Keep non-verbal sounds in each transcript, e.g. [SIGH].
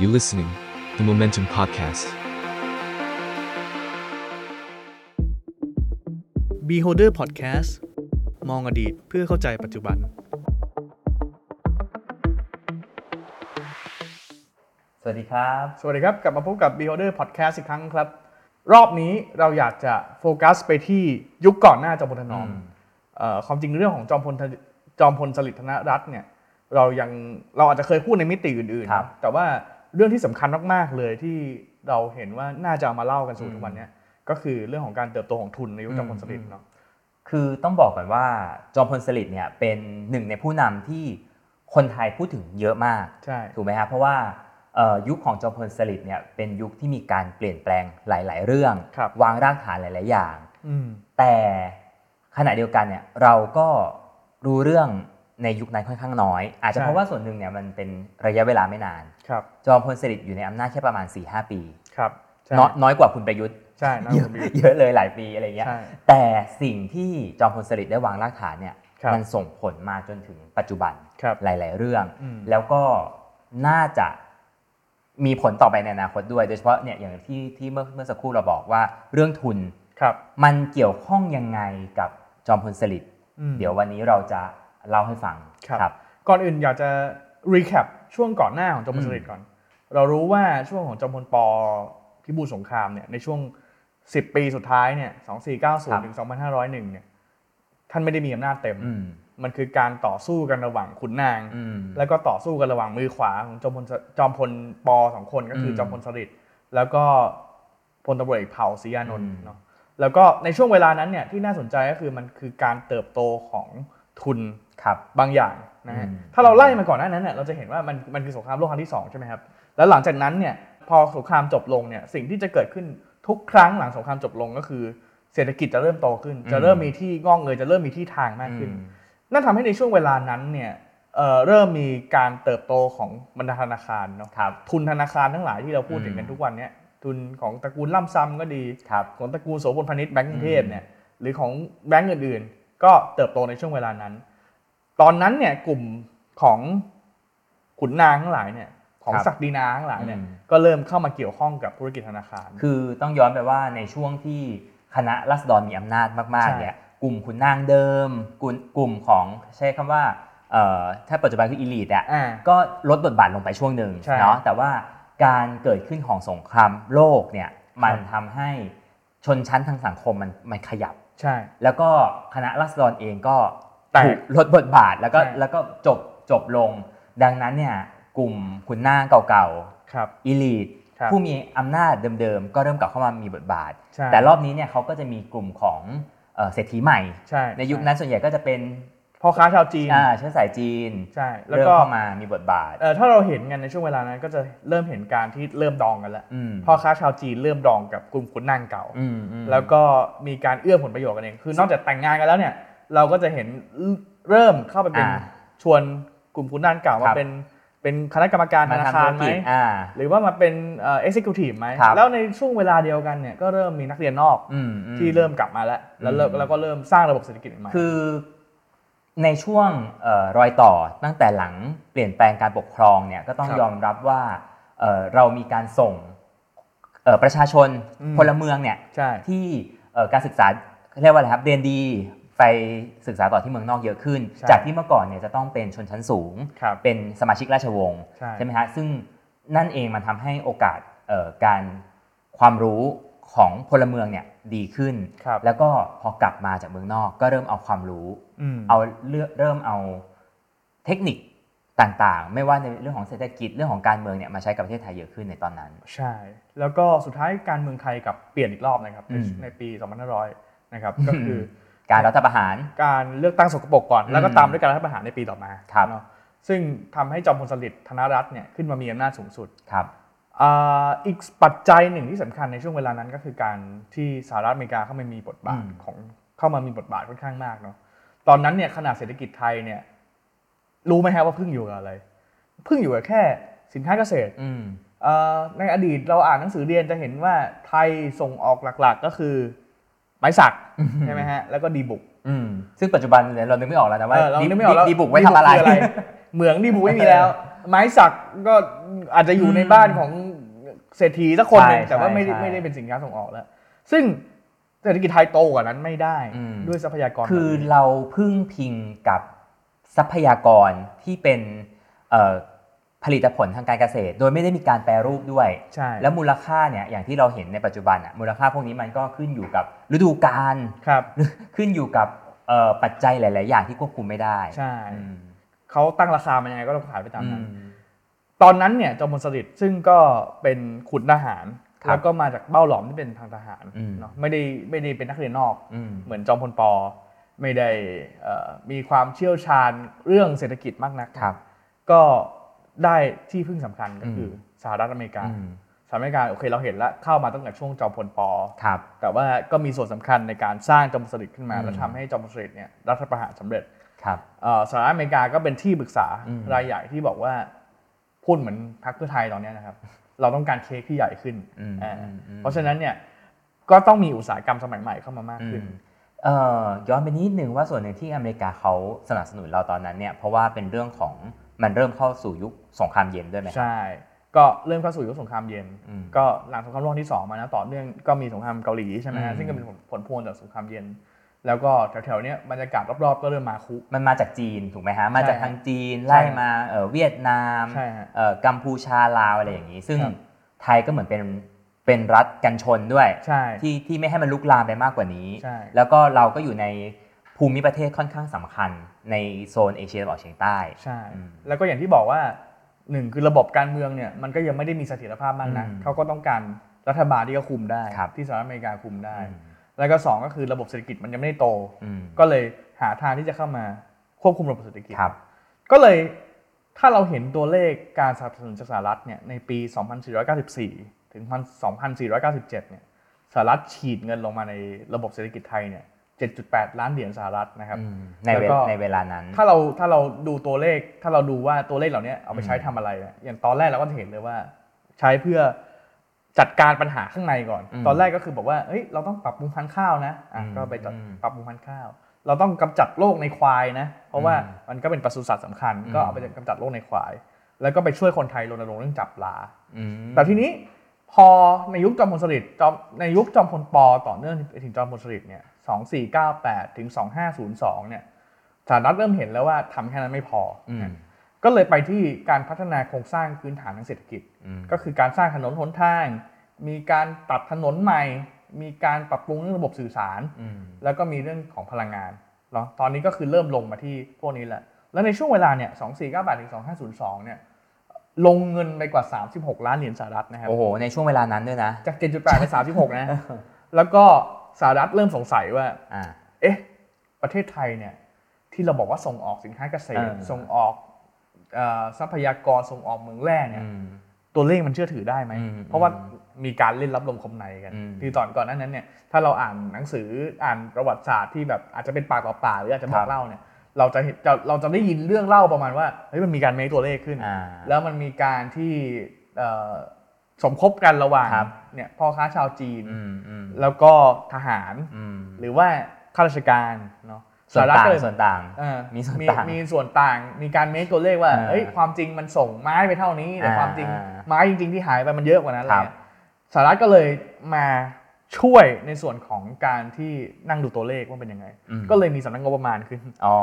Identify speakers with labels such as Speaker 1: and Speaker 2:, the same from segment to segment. Speaker 1: You listening, the Momentum Podcast.
Speaker 2: Beholder Podcast มองอดีตเพื่อเข้าใจปัจจุบัน
Speaker 3: สวัสดีครับ
Speaker 2: สวัสดีครับ กลับมาพบกับ Beholder Podcast อีกครั้งครับ รอบนี้เราอยากจะโฟกัสไปที่ยุคก่อนหน้าจอมพลถนอม
Speaker 3: อืม
Speaker 2: เอ่อความจริงเรื่องของจอมพลทะจอมพลสฤษดิ์ธนรัตน์เนี่ยเรายังเราอาจจะเคยพูดในมิติอื่น
Speaker 3: ครับ
Speaker 2: ๆ แต่ว่าเรื่องที่สำคัญมากๆเลยที่เราเห็นว่าน่าจะเอามาเล่ากันสู่ทุกวันเนี้ยก็คือเรื่องของการเติบโตของทุนในยุคจอมพลสฤษดิ์เนาะ
Speaker 3: คือต้องบอกก่อนว่าจอมพลสฤษดิ์เนี่ยเป็นหนึ่งในผู้นำที่คนไทยพูดถึงเยอะมาก
Speaker 2: ใช่
Speaker 3: ถูกไหมครับเพราะว่าเอ่อยุคของจอมพลสฤษดิ์เนี่ยเป็นยุคที่มีการเปลี่ยนแปลงหลาย ๆ เรื่อง
Speaker 2: ครับ
Speaker 3: วางรากฐานหลาย ๆ อย่าง
Speaker 2: อืม
Speaker 3: แต่ขณะเดียวกันเนี่ยเราก็รู้เรื่องในยุคนั้นค่อนข้างน้อย อาจจะ
Speaker 2: ใช่
Speaker 3: เพราะว่าส่วนหนึ่งเนี่ยมันเป็นระยะเวลาไม่นาน
Speaker 2: ครับ
Speaker 3: จอมพลสฤษดิ์อยู่ในอำนาจแค่ประมาณ 4-5 ปี
Speaker 2: ครับใช่
Speaker 3: น้อยน้อยกว่าคุณประยุทธ์
Speaker 2: ใช่นะ
Speaker 3: เย
Speaker 2: คุ
Speaker 3: อะ
Speaker 2: ณบิว
Speaker 3: เยอะเลยหลายปีอะไรเงี้ย
Speaker 2: ใช่
Speaker 3: แต่สิ่งที่จอมพลสฤษดิ์ได้วางรากฐานเนี่ย
Speaker 2: ครับ
Speaker 3: มันส่งผลมาจนถึงปัจจุบัน
Speaker 2: ครับ
Speaker 3: หลาย ๆ เรื่อง
Speaker 2: อืม
Speaker 3: แล้วก็น่าจะมีผลต่อไปในอนาคตด้วย โดยเฉพาะเนี่ยอย่างที่ที่เมื่อเมื่อสักครู่เราบอกว่าเรื่องทุน
Speaker 2: ครับ
Speaker 3: มันเกี่ยวข้องยังไงกับจอมพลสฤษดิ์
Speaker 2: อืม
Speaker 3: เดี๋ยววันนี้เราจะเล่าให้ฟัง
Speaker 2: ครับ ก่อนอื่นอยากจะรีแคปช่วงก่อนหน้าของจอมพล
Speaker 3: อืม
Speaker 2: สฤษดิ์ก่อน เรารู้ว่าช่วงของจอมพลปพิบูลสงครามเนี่ยในช่วง 10 ปีสุดท้ายเนี่ย
Speaker 3: ครับ
Speaker 2: 2490ถึง2501เนี่ยท่านไม่ได้มีอำนาจเต็ม
Speaker 3: อืม
Speaker 2: มันคือการต่อสู้กันระหว่างขุนนาง
Speaker 3: อืม
Speaker 2: แล้วก็ต่อสู้กันระหว่างมือขวาของจอมพลสจอมพลปสองคนก็คืออ
Speaker 3: ม
Speaker 2: จอมพลสฤษดิ์แล้วก็พลตำรวจเอกเผ่าศรีอานนท์
Speaker 3: อืม
Speaker 2: เนาะแล้วก็ในช่วงเวลานั้นเนี่ยที่น่าสนใจก็คือมันคือการเติบโตของทุน
Speaker 3: ครับ
Speaker 2: บางอย่างนะฮะ
Speaker 3: อืม
Speaker 2: ถ้าเราไล่มาก่อนหน้านั้นเนี่ยเราจะเห็นว่ามันมันคือสงครามโลกครั้งที่สองใช่ไหมครับแล้วหลังจากนั้นเนี่ยพอสงครามจบลงเนี่ยสิ่งที่จะเกิดขึ้นทุกครั้งหลังสงครามจบลงก็คือ เศรษฐกิจจะเริ่มโตขึ้น จะเริ่มมีที่งอกเงยจะเริ่มมีที่ทางมากขึ้น
Speaker 3: อืม
Speaker 2: นั่นทำให้ในช่วงเวลานั้นเนี่ยเอ่อเริ่มมีการเติบโตของบรรดาธนาคารเนาะ
Speaker 3: ครับ
Speaker 2: ทุนธนาคารทั้งหลายที่เราพูดถึงกันทุกวันเนี่ยทุนของตระกูลล่ำซ้ำก็ดี
Speaker 3: ครับ
Speaker 2: ของตระกูลโสพลพาณิชย์แบงก์กรุงเทพเนี่ยหรือของแบงก์อื่นๆ ก็เติบโตในช่วงเวลานั้น ตอนนั้นเนี่ยกลุ่มของขุนนางทั้งหลายเนี่ยของ
Speaker 3: ครับ
Speaker 2: ศักดินาทั้งหลายเนี่ย
Speaker 3: อืม
Speaker 2: ก็เริ่มเข้ามาเกี่ยวข้องกับธุรกิจธนาคาร
Speaker 3: คือต้องย้อนไปว่าในช่วงที่คณะรัษฎรมีอำนาจมาก
Speaker 2: ใช่
Speaker 3: ๆเนี่ยกลุ่มขุนนางเดิม กลุ่มกลุ่มของใช้คำว่าเอ่อถ้าปัจจุบันคืออีลีทอ่ะ
Speaker 2: อ่า
Speaker 3: ก็ลดบทบาทลงไปช่วงหนึ่ง
Speaker 2: ใช่
Speaker 3: เนาะแต่ว่าการเกิดขึ้นของสงครามโลกเนี่ยมัน
Speaker 2: ครับ
Speaker 3: ทำให้ชนชั้นทางสังคมมันมันขยับ
Speaker 2: ใช่
Speaker 3: แล้วก็คณะรัษฎรเองก็
Speaker 2: แตก
Speaker 3: ถูกลดบทบาทแล้วก็
Speaker 2: ใช่
Speaker 3: แล้วก็จบจบลง ดังนั้นเนี่ยกลุ่มขุนนางเก่าๆ
Speaker 2: ครับ
Speaker 3: อีลีท
Speaker 2: ครับ
Speaker 3: ผู้มีอำนาจเดิมๆ ก็เริ่มกลับเข้ามามีบทบาท
Speaker 2: ใช่
Speaker 3: แต่รอบนี้เนี่ยเขาก็จะมีกลุ่มของเอ่อเศรษฐีใหม่
Speaker 2: ใช่
Speaker 3: ในยุคนั้นส่วนใหญ่ก็จะเป็น
Speaker 2: พ่อค้าชาวจีน
Speaker 3: อ่าเชื้อสายจีน
Speaker 2: ใช่ แล้ว
Speaker 3: เริ่ม
Speaker 2: ก็
Speaker 3: เข้ามามีบทบาท
Speaker 2: เอ่อถ้าเราเห็นกันในช่วงเวลานั้น ก็จะเริ่มเห็นการที่เริ่มดองกันแล้ว
Speaker 3: ม
Speaker 2: พ่อค้าชาวจีนเริ่มดองกับกลุ่มขุนนางเก่า
Speaker 3: อืมอืม
Speaker 2: แล้วก็มีการเอื้อผลประโยชน์กันเอง คือนอกจากแต่งงานกันแล้วเนี่ย เราก็จะเห็นเริ่มเข้าไปเป็น
Speaker 3: อ่า
Speaker 2: ชวนกลุ่มคุณด้านเก่ามา
Speaker 3: ครับ
Speaker 2: เป็นเป็นคณะกรรมการธ
Speaker 3: มา
Speaker 2: นา
Speaker 3: ทำ
Speaker 2: คา
Speaker 3: ธุ
Speaker 2: ร
Speaker 3: ร
Speaker 2: ไหม
Speaker 3: กิจอ่า
Speaker 2: หรือว่ามาเป็นเอ่อ executive ไหม
Speaker 3: ครับ
Speaker 2: แล้วในช่วงเวลาเดียวกันเนี่ยก็เริ่มมีนักเรียนนอก
Speaker 3: อืมอืม
Speaker 2: ที่เริ่มกลับมาแล้ว แล้วเริ่ม
Speaker 3: อืม
Speaker 2: แล้วก็เริ่มสร้างระบบเศรษฐกิจใหม่
Speaker 3: คือในช่วงเอ่อรอยต่อตั้งแต่หลังเปลี่ยนแปลงการปกครองเนี่ยก็ต้อง
Speaker 2: ครับ
Speaker 3: ยอมรับว่าเอ่อเรามีการส่งเอ่อประชาชน
Speaker 2: อืม
Speaker 3: พลเมืองเนี่ย
Speaker 2: ใช่
Speaker 3: ที่เอ่อการศึกษาเรียกว่าอะไรครับเรียนดีไปศึกษาต่อที่เมืองนอกเยอะขึ้น
Speaker 2: ใช่
Speaker 3: จากที่เมื่อก่อนเนี่ยจะต้องเป็นชนชั้นสูง
Speaker 2: ครับ
Speaker 3: เป็นสมาชิกราชวงศ์
Speaker 2: ใช่
Speaker 3: ไหมฮะซึ่งนั่นเองมันทำให้โอกาสเอ่อการความรู้ของพลเมืองเนี่ยดีขึ้น
Speaker 2: ครับ
Speaker 3: แล้วก็พอกลับมาจากเมืองนอกก็เริ่มเอาความรู้
Speaker 2: อืม
Speaker 3: เอาเลือกเริ่มเอาเทคนิคต่างๆ ไม่ว่าในเรื่องของเศรษฐกิจเรื่องของการเมืองเนี่ยมาใช้กับประเทศไทยเยอะขึ้นในตอนนั้น
Speaker 2: ใช่ แล้วก็สุดท้ายการเมืองไทยกลับเปลี่ยนอีกรอบนะครับ ใน
Speaker 3: อืม
Speaker 2: ในปี 2500 นะครับ ก็คือ
Speaker 3: การรัฐประหาร
Speaker 2: การเลือกตั้งสกปรกก่อน
Speaker 3: อืม
Speaker 2: แล้วก็ตามด้วยการรัฐประหารในปีต่อมา
Speaker 3: ครับ
Speaker 2: เนอะซึ่งทำให้จอมพลสฤษดิ์ธนรัตน์เนี่ยขึ้นมามีอำนาจสูงสุด
Speaker 3: ครับ
Speaker 2: อ่าอีกปัจจัยหนึ่งที่สำคัญในช่วงเวลานั้นก็คือการที่สหรัฐอเมริกาเข้ามามีบทบาท
Speaker 3: อืม
Speaker 2: ของเข้ามามีบทบาทค่อนข้างมากเนาะตอนนั้นเนี่ยขนาดเศรษฐกิจไทยเนี่ยรู้ไหมฮะว่าพึ่งอยู่กับอะไรพึ่งอยู่กับแค่สินค้าเกษตร
Speaker 3: อืม
Speaker 2: เอ่อในอดีตเราอ่านหนังสือเรียนจะเห็นว่าไทยส่งออกหลักๆ ก็คือไม้สั
Speaker 3: [LAUGHS]
Speaker 2: กใช่ไหมฮะแล้วก็ดีบุก
Speaker 3: อืมซึ่งปัจจุบันเนี่ยเรานึกไม่ออกแล้วนะว่า
Speaker 2: เออเรา
Speaker 3: ดิ
Speaker 2: นึกไม่ออกแล้ว
Speaker 3: ดิบุกไว้ทำอะไร
Speaker 2: ดีบุกคือเหมืองดีบุกไม่มีแล้ว ไม้สักก็อาจจะอยู่ในบ้านของเศรษฐีสักคนหนึง
Speaker 3: ใช่
Speaker 2: แต่ว่าไม่ได้
Speaker 3: ใช่
Speaker 2: ไม่ได้เป็นสินค้าส่งออกแล้ว ซึ่งเศรษฐกิจไทยโตกว่านั้นไม่ได้
Speaker 3: อืม
Speaker 2: ด้วยทรัพยากร
Speaker 3: คือ
Speaker 2: แบบนี้
Speaker 3: เราพึ่งพิงกับทรัพยากรที่เป็นเอ่อผลิตผลทางการเกษตร โดยไม่ได้มีการแปรรูปด้วย
Speaker 2: ใช่
Speaker 3: แล้วมูลค่าเนี่ยอย่างที่เราเห็นในปัจจุบันอะมูลค่าพวกนี้มันก็ขึ้นอยู่กับฤดูกาล
Speaker 2: ครับ
Speaker 3: ขึ้นอยู่กับเอ่อปัจจัยหลาย ๆ อย่างที่ควบคุมไม่ได้
Speaker 2: ใช่
Speaker 3: อืม
Speaker 2: เขาตั้งราคามายังไงก็ต้องขายไปตามนั้น
Speaker 3: อืม
Speaker 2: ตอนนั้นเนี่ยจอมพลสฤษดิ์ซึ่งก็เป็นขุนทหาร
Speaker 3: ครับ
Speaker 2: แล้วก็มาจากเบ้าหลอมที่เป็นทางทหาร
Speaker 3: อืม
Speaker 2: เนาะไม่ได้ไม่ได้เป็นนักเรียนนอก
Speaker 3: อืม
Speaker 2: เหมือนจอมพลปอไม่ได้เอ่อมีความเชี่ยวชาญเรื่องเศรษฐกิจมากนัก
Speaker 3: ครับ
Speaker 2: ก็ได้ที่พึ่งสำคัญก็คืออสหรัฐอเมริกา
Speaker 3: อืม
Speaker 2: สหรัฐอเมริกาโอเคเราเห็นแล้วเข้ามาตั้งแต่ช่วงจอมพลปอ
Speaker 3: ครับ
Speaker 2: แต่ว่าก็มีส่วนสำคัญในการสร้างจอมพลสฤษดิ์ขึ้นมา
Speaker 3: อืม
Speaker 2: และทำให้จอมพลสฤษดิ์เนี่ยรัฐประหารสำเร็จ
Speaker 3: ครับ
Speaker 2: เอ่อสหรัฐอเมริกาก็เป็นที่ปรึกษา
Speaker 3: อืม
Speaker 2: รายใหญ่ที่บอกว่าพูดเหมือนพรรคเพื่อไทยตอนเนี้ยนะครับ [LAUGHS] เราต้องการเค้กที่ใหญ่ขึ้น
Speaker 3: อืม
Speaker 2: อ่า
Speaker 3: อืมอืม
Speaker 2: เพราะฉะนั้นเนี่ยก็ต้องมีอุตสาหกรรมสมัยใหม่เข้ามามาก
Speaker 3: อื
Speaker 2: ขึ้น
Speaker 3: มเอ่อย้อนไปนิดนึงว่าส่วนหนึ่งที่อเมริกาเขาสนับสนุนเราตอนนั้นเนี่ยเพราะว่าเป็นเรื่องของมันเริ่มเข้าสู่ยุคสงครามเย็นด้วยไหมครับ
Speaker 2: ใช่ ก็เริ่มเข้าสู่ยุคสงครามเย็น
Speaker 3: อืม
Speaker 2: ก็หลังสงครามโลกครั้งที่สองมานะต่อเนื่องก็มีสงครามเกาหลีใช่ไหมฮะ
Speaker 3: อืม
Speaker 2: ซึ่งก็เป็นผลผลพวงจากสงครามเย็น แล้วก็แถวๆเนี้ยบรรยากาศรอบๆก็เริ่มมาคุ
Speaker 3: มันมาจากจีนถูกไหมฮะมาจากทางจีน
Speaker 2: ใช่
Speaker 3: ไล่มาเอ่อเวียดนาม
Speaker 2: ใช่ฮะ
Speaker 3: เอ่อกัมพูชาลาวอะไรอย่างนี้ ซึ่ง
Speaker 2: ครับ
Speaker 3: ไทยก็เหมือนเป็นเป็นรัฐกันชนด้วย
Speaker 2: ใช่
Speaker 3: ที่ที่ไม่ให้มันลุกลามไปมากกว่านี้
Speaker 2: ใช่
Speaker 3: แล้วก็เราก็อยู่ในภูมิประเทศค่อนข้างสำคัญในโซนเอเชียตะวันออกเฉียงใต้
Speaker 2: ใช่
Speaker 3: อืม
Speaker 2: แล้วก็อย่างที่บอกว่าหนึ่งคือระบบการเมืองเนี่ยมันก็ยังไม่ได้มีเสถียรภาพมากนะ
Speaker 3: อืม
Speaker 2: เขาก็ต้องการรัฐบาลที่ก็คุมได้
Speaker 3: ครับ
Speaker 2: ที่สหรัฐอเมริกาคุมได้
Speaker 3: อืม
Speaker 2: แล้วก็ 2 ก็คือระบบเศรษฐกิจมันยังไม่ได้โต
Speaker 3: อืม
Speaker 2: ก็เลยหาทางที่จะเข้ามาควบคุมระบบเศรษฐกิจ
Speaker 3: ครับ
Speaker 2: ก็เลยถ้าเราเห็นตัวเลขการสนับสนุนจากสหรัฐเนี่ยในปี 2494 ถึง 2497 เนี่ยสหรัฐฉีดเงินลงมาในระบบเศรษฐกิจไทยเนี่ย 7.8 ล้านเหรียญสหรัฐนะครับ
Speaker 3: อืมในเว
Speaker 2: แล้วก็
Speaker 3: ลาในเวลานั้น
Speaker 2: ถ้าเราถ้าเราดูตัวเลขถ้าเราดูว่าตัวเลขเหล่านี้เอาไปใช้ทำอะไรอะอย่างตอนแรกเราก็จะเห็นเลยว่า ใช้เพื่อจัดการปัญหาข้างในก่อน
Speaker 3: อืม
Speaker 2: ตอนแรกก็คือบอกว่าเฮ้ยเราต้องปรับปรุงพันธุ์ข้าวนะอ่ะ
Speaker 3: อืม
Speaker 2: ก็ไปจัด
Speaker 3: อืม
Speaker 2: ปรับปรุงพันธุ์ข้าว เราต้องกำจัดโรคในควายนะ เพราะว่า
Speaker 3: อืม
Speaker 2: มันก็เป็นปศุสัตว์สำคัญ
Speaker 3: อืม
Speaker 2: ก็เอาไปกำจัดโรคในควาย แล้วก็ไปช่วยคนไทยรณรงค์เรื่องจับปลา
Speaker 3: อืม
Speaker 2: แต่ทีนี้พอในยุคจอมพลสฤษดิ์จอมในยุคจอมพลปอต่อเนื่องไปถึงจอมพลสฤษดิ์เนี่ยสองสี่เก้าแปดถึงสองห้าศูนย์สองเนี่ยสหรัฐเริ่มเห็นแล้วว่าทำแค่นั้นไม่พออ
Speaker 3: ม
Speaker 2: ก็เลยไปที่การพัฒนาโครงสร้างพื้นฐานทางเศรษฐกิจ
Speaker 3: อืม
Speaker 2: ก็คือการสร้างถนนหนทาง มีการตัดถนนใหม่ มีการปรับปรุงเรื่องระบบสื่อสาร
Speaker 3: อืม
Speaker 2: แล้วก็มีเรื่องของพลังงานเนาะตอนนี้ก็คือเริ่มลงมาที่พวกนี้แหละ แล้วในช่วงเวลาเนี่ยสองสี่เก้าแปดถึงสองห้าศูนย์สองเนี่ยลงเงินไปกว่าสามสิบหกล้านเหรียญสหรัฐนะครับ
Speaker 3: โอ้โห ในช่วงเวลานั้นด้วยนะ
Speaker 2: จาก 7.8เป็น36 นะ แล้วก็สหรัฐเริ่มสงสัยว่า
Speaker 3: อ่า
Speaker 2: เอ๊ะ ประเทศไทยเนี่ย ที่เราบอกว่าส่งออกสินค้าเกษตร
Speaker 3: เออ
Speaker 2: ส่งออกเอ่อทรัพยากร ส่งออกเมืองแร่เนี่ย
Speaker 3: อืม
Speaker 2: ตัวเลขมันเชื่อถือได้ไหม
Speaker 3: อืม
Speaker 2: เพราะว่ามีการเล่นรับลมคมในกัน
Speaker 3: อืม
Speaker 2: คือตอนก่อนหนั้นนั้นเนี่ย ถ้าเราอ่านหนังสือ อ่านประวัติศาสตร์ที่แบบอาจจะเป็นปากต่อปากหรืออาจจะบอ
Speaker 3: ครั
Speaker 2: ก
Speaker 3: บ
Speaker 2: เล่าเนี่ย เราจะเห็นจะเราจะได้ยินเรื่องเล่าประมาณว่า เฮ้ย มันมีการเมคตัวเลขขึ้น
Speaker 3: อ่า
Speaker 2: แล้วมันมีการที่เอ่อสมคบกันระหว่าง
Speaker 3: ครับ
Speaker 2: เนี่ยพ่อค้าชาวจีน
Speaker 3: อืมอืม
Speaker 2: แล้วก็ทหาร
Speaker 3: อืม
Speaker 2: หรือว่าข้าราชการเนาะ
Speaker 3: ส่วน
Speaker 2: หรัฐ
Speaker 3: ต่าง
Speaker 2: ก็เลย
Speaker 3: ส่วนต่าง
Speaker 2: เออ
Speaker 3: มีส่วน
Speaker 2: มี
Speaker 3: ต่าง
Speaker 2: มีส่วนต่างมีการเมคตัวเลขว่า
Speaker 3: เออ
Speaker 2: เอ้ยความจริงมันส่งไม้ไปเท่านี้ แต่
Speaker 3: อ่า
Speaker 2: ความจริง
Speaker 3: อ่า
Speaker 2: ไม้จริง ๆที่หายไปมันเยอะกว่านั้น
Speaker 3: ครับ
Speaker 2: เลยสหรัฐก็เลยมาช่วยในส่วนของการที่นั่งดูตัวเลขว่าเป็นยังไง
Speaker 3: อืม
Speaker 2: ก็เลยมีสำนักงบประมาณขึ้น
Speaker 3: อ๋อ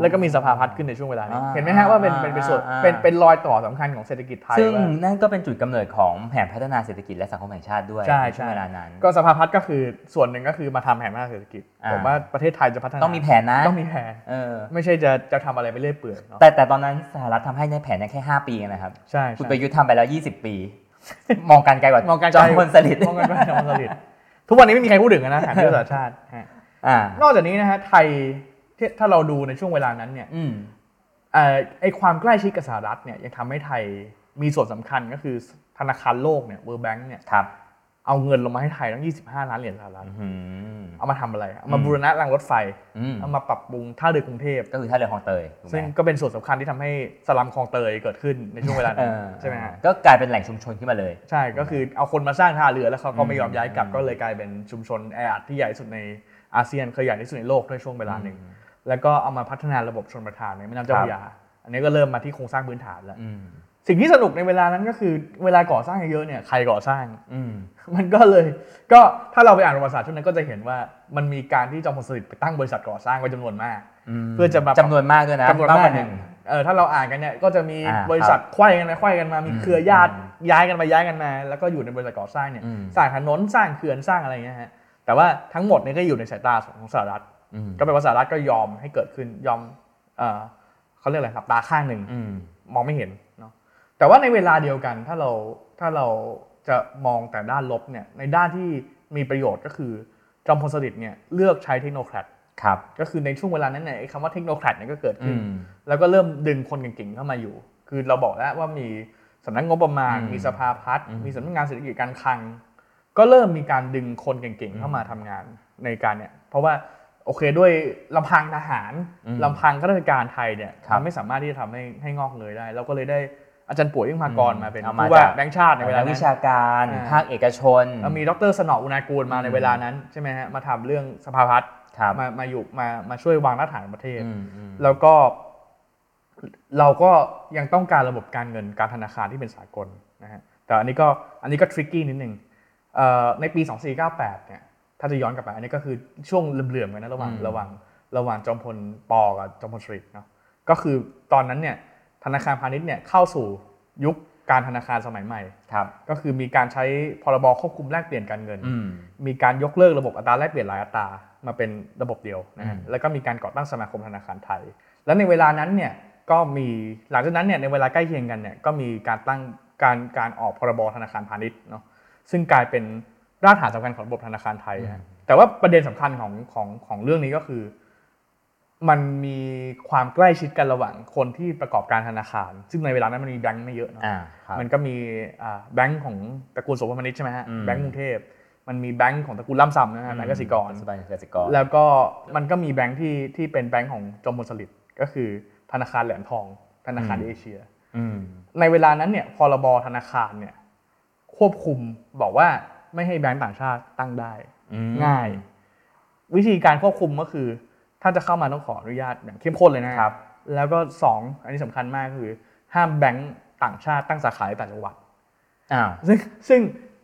Speaker 2: แล้วก็มีสภาพัฒน์ขึ้นในช่วงเวลานี้
Speaker 3: อ่า
Speaker 2: เห็นไหมฮะว่าเป็นเป็นเป็นส่วน
Speaker 3: อ่า
Speaker 2: เป็นเป็นรอยต่อสำคัญของเศรษฐกิจไทย
Speaker 3: ซึ่ง
Speaker 2: ว่า
Speaker 3: นั่นก็เป็นจุดกำเนิดของแผนพัฒนาเศรษฐกิจและสังคมแห่งชาติด้วย
Speaker 2: ใช่
Speaker 3: ในช่วง
Speaker 2: ใช่
Speaker 3: เวลานั้น
Speaker 2: ก็สภาพัฒน์ก็คือส่วนหนึ่งก็คือมาทำแผนพัฒนาเศรษฐกิจ
Speaker 3: อ่า
Speaker 2: ผมว่าประเทศไทยจะพัฒนา
Speaker 3: ต้องมีแผนนะ
Speaker 2: ต้องมีแผน
Speaker 3: เออ
Speaker 2: ไม่ใช่จะจะทำอะไรไปเรื่อยเปื่อยเนาะ
Speaker 3: แต่แต่ตอนนั้นสหรัฐทำให้ในแผนยังแค่ 5 ปีเองนะครับ
Speaker 2: ใช่
Speaker 3: คุณ
Speaker 2: ใช่
Speaker 3: ประยุทธ์ทำไปแล้ว 20 ปี [LAUGHS] มองการไกลกว่าม
Speaker 2: องการ
Speaker 3: จอมพลสฤษดิ์
Speaker 2: มองการไกล [LAUGHS] จอมพลสฤษดิ์ทุกวันนี้ไม่มีใครพูดถึงนะหารที่สา
Speaker 3: [LAUGHS]
Speaker 2: ชาติฮะ
Speaker 3: อ่าน
Speaker 2: อกจากนี้นะฮะไทยที่ถ้าเราดูในช่วงเวลานั้นเนี่ย
Speaker 3: อืม
Speaker 2: เอ่อไอความใกล้ชิดกับสหรัฐเนี่ยยังทำให้ไทยมีส่วนสำคัญก็คือธนาคารโลกเนี่ย World Bank เนี่ย
Speaker 3: ครับ
Speaker 2: เอาเงินลงมาให้ไทยตั้ง 25 ล้านเหรียญสหรัฐ
Speaker 3: อื้อหือ
Speaker 2: เอามาทำอะไรเอามา
Speaker 3: อืม
Speaker 2: บูรณะรางรถไฟ
Speaker 3: อืม
Speaker 2: เอามาปรับปรุงท่าเรือกรุงเทพ
Speaker 3: ก็คือท่าเรือคลองเตยถูกไหม
Speaker 2: ซึ่งก็เป็นส่วนสำคัญที่ทำให้สลัมคลองเตยเกิดขึ้นในช่วงเวลา
Speaker 3: เอ
Speaker 2: นั้น
Speaker 3: อ
Speaker 2: ใช่ไหมฮะ
Speaker 3: ก็กลายเป็นแหล่งชุมชนขึ้นมาเลย
Speaker 2: ใช่ก็คือเอาคนมาสร้างท่าเรือแล้วเขาก็ไม่
Speaker 3: อืม
Speaker 2: ยอมย้ายกลับ
Speaker 3: อืม
Speaker 2: ก็เลยกลายเป็นชุมชนแออัดที่ใหญ่ที่สุดในอาเซียนเคยใหญ่ที่สุดในโลกด้วยช่วงเวลาหนึ่งแล้วก็เอามาพัฒนาระบบชนประทานในแม่น้ำเจ้าพระยา อันนี้ก็เริ่มมาที่โครงสร้างพื้นฐานแล้ว
Speaker 3: อืม
Speaker 2: สิ่งที่สนุกในเวลานั้นก็คือเวลาก่อสร้างเยอะๆเนี่ยใครก่อสร้าง [LAUGHS]
Speaker 3: อืม
Speaker 2: มันก็เลย ก็ถ้าเราไปอ่านประวัติศาสตร์ช่วงนั้นก็จะเห็นว่ามันมีการที่จอมพลสฤษดิ์ไปตั้งบริษัทก่อสร้างไว้จำนวนมาก เพื่อจะมา
Speaker 3: จำนวนมากด้วยนะ
Speaker 2: จำนวน
Speaker 3: เป้
Speaker 2: มาก
Speaker 3: ห
Speaker 2: เนี่
Speaker 3: นึ่
Speaker 2: ย
Speaker 3: ง
Speaker 2: เออถ้าเราอ่านกันเนี่ยก็จะมี
Speaker 3: อ่า
Speaker 2: บริษัทไขว้กันนะไขว้กันมามี
Speaker 3: อืม
Speaker 2: เครือญาติ
Speaker 3: อืม
Speaker 2: ย้ายกันไปย้ายกันมา แล้วก็อยู่ในบริษัทก่อสร้างเนี่ย
Speaker 3: อืม
Speaker 2: สร้างถนนสร้างเขื่อนสร้างอะไรอย่างเงี้ยฮะแต่ว่าทั้งหมดเนี่ยก็อยู่ในสายตาของสหรัฐ
Speaker 3: อืม
Speaker 2: ก็เป็นว่าสหรัฐก็ยอมให้เกิดขึ้นยอมเอ่อเขาเรียกอะไรครับตาข้างหนึ่ง
Speaker 3: อืม
Speaker 2: มองไม่เห็นเนาะแต่ว่าในเวลาเดียวกันถ้าเราถ้าเราจะมองแต่ด้านลบเนี่ยในด้านที่มีประโยชน์ก็คือจอมพลสฤษดิ์เนี่ยเลือกใช้เทคโนแครด
Speaker 3: ครับ
Speaker 2: ก็คือในช่วงเวลานั้นเนี่ยไอ้คำว่าเทคโนแครดเนี่ยก็เกิด
Speaker 3: อื
Speaker 2: ขึ้น
Speaker 3: ม
Speaker 2: แล้วก็เริ่มดึงคนเก่งๆเข้ามาอยู่ คือเราบอกแล้วว่ามีสำนักงบประมาณ
Speaker 3: อืม
Speaker 2: มีสภาพัฒน์
Speaker 3: อืม
Speaker 2: มีสำนักงานเศรษฐกิจการคลัง ก็เริ่มมีการดึงคนเก่งๆเข้ามาทำงานในการเนี่ย เพราะว่าโอเคด้วยลำพังทหาร
Speaker 3: อืม
Speaker 2: ลำพังข้าราชการไทยเนี่ย
Speaker 3: ครับ
Speaker 2: มันไม่สามารถที่จะทำให้ให้งอกเงยได้ เราก็เลยได้อาจารย์ป่วยยิ่งมากร
Speaker 3: อืม
Speaker 2: มาเป็น
Speaker 3: เอามา
Speaker 2: ผู้ว่า
Speaker 3: จาก
Speaker 2: แบงค์ชาติในเวลา
Speaker 3: วิ
Speaker 2: นั้น
Speaker 3: ชาการ
Speaker 2: อ่า
Speaker 3: ภาคเอกชน
Speaker 2: แล้วมีดรสนออุณากูลมาใน
Speaker 3: อืม
Speaker 2: เวลานั้นใช่ไหมฮะมาทำเรื่องสภาพัฒน์
Speaker 3: ครับ
Speaker 2: มามาอยู่มามาช่วยวางรากฐานของประเทศ
Speaker 3: อืมอืม
Speaker 2: แล้วก็เราก็ยังต้องการระบบการเงินการธนาคารที่เป็นสากลนะฮะแต่อันนี้ก็อันนี้ก็ทริกกี้นิดนึงเอ่อในปี 2498เนี่ยถ้าจะย้อนกลับไปอันนี้ก็คือช่วงเหลื่อมๆกันนะระหว่างระหว่างระหว่างจอมพลปอกับจอมพลสฤษดิ์เนาะก็คือตอนนั้นเนี่ยธนาคารพาณิชย์เนี่ยเข้าสู่ยุคการธนาคารสมัยใหม่
Speaker 3: ครับ
Speaker 2: ก็คือมีการใช้พรบควบคุมแลกเปลี่ยนการเงิน
Speaker 3: อืม
Speaker 2: มีการยกเลิกระบบอัตราแลกเปลี่ยนหลายอัตรามาเป็นระบบเดียวนะฮะ
Speaker 3: อืม
Speaker 2: แล้วก็มีการก่อตั้งสมาคมธนาคารไทย แล้วในเวลานั้นเนี่ยก็มีหลังจากนั้นเนี่ยในเวลาใกล้เคียงกันเนี่ยก็มีการตั้งการการออกพรบธนาคารพาณิชย์เนาะซึ่งกลายเป็นรากฐานสำคัญของระบบธนาคารไทยฮะแต่ว่าประเด็นสำคัญของของของเรื่องนี้ก็คือ มันมีความใกล้ชิดกันระหว่างคนที่ประกอบการธนาคาร ซึ่งในเวลานั้นมันมีแบงค์ไม่เยอะเนาะ
Speaker 3: อ่าครับ
Speaker 2: มันก็มีอ่าแบงค์ของตระกูลโสภมนิชใช่ไหมฮะ
Speaker 3: อืม
Speaker 2: แบงค์กรุงเทพมันมีแบงค์ของตระกูลล่ำซำนะฮะแบงค์กสิกร
Speaker 3: สบายกสิกร
Speaker 2: แล้วก็มันก็มีแบงค์ที่ที่เป็นแบงค์ของจอมพลสฤษดิ์ก็คือธนาคารแหลมทอง ธนาคาร
Speaker 3: อืม
Speaker 2: เอเชีย
Speaker 3: อืม
Speaker 2: ในเวลานั้นเนี่ยพรบธนาคารเนี่ยควบคุมบอกว่าไม่ให้แบงค์ต่างชาติตั้งได้
Speaker 3: อืม
Speaker 2: ง่าย วิธีการควบคุมก็คือ ถ้าจะเข้ามาต้องขออนุญาตอย่างเข้มข้นเลยนะครับ แล้วก็สองอันนี้สำคัญมากคือห้ามแบงค์ต่างชาติตั้งสาขาในต่างจังหวัด
Speaker 3: อ้าว
Speaker 2: ซึ่งซึ่ง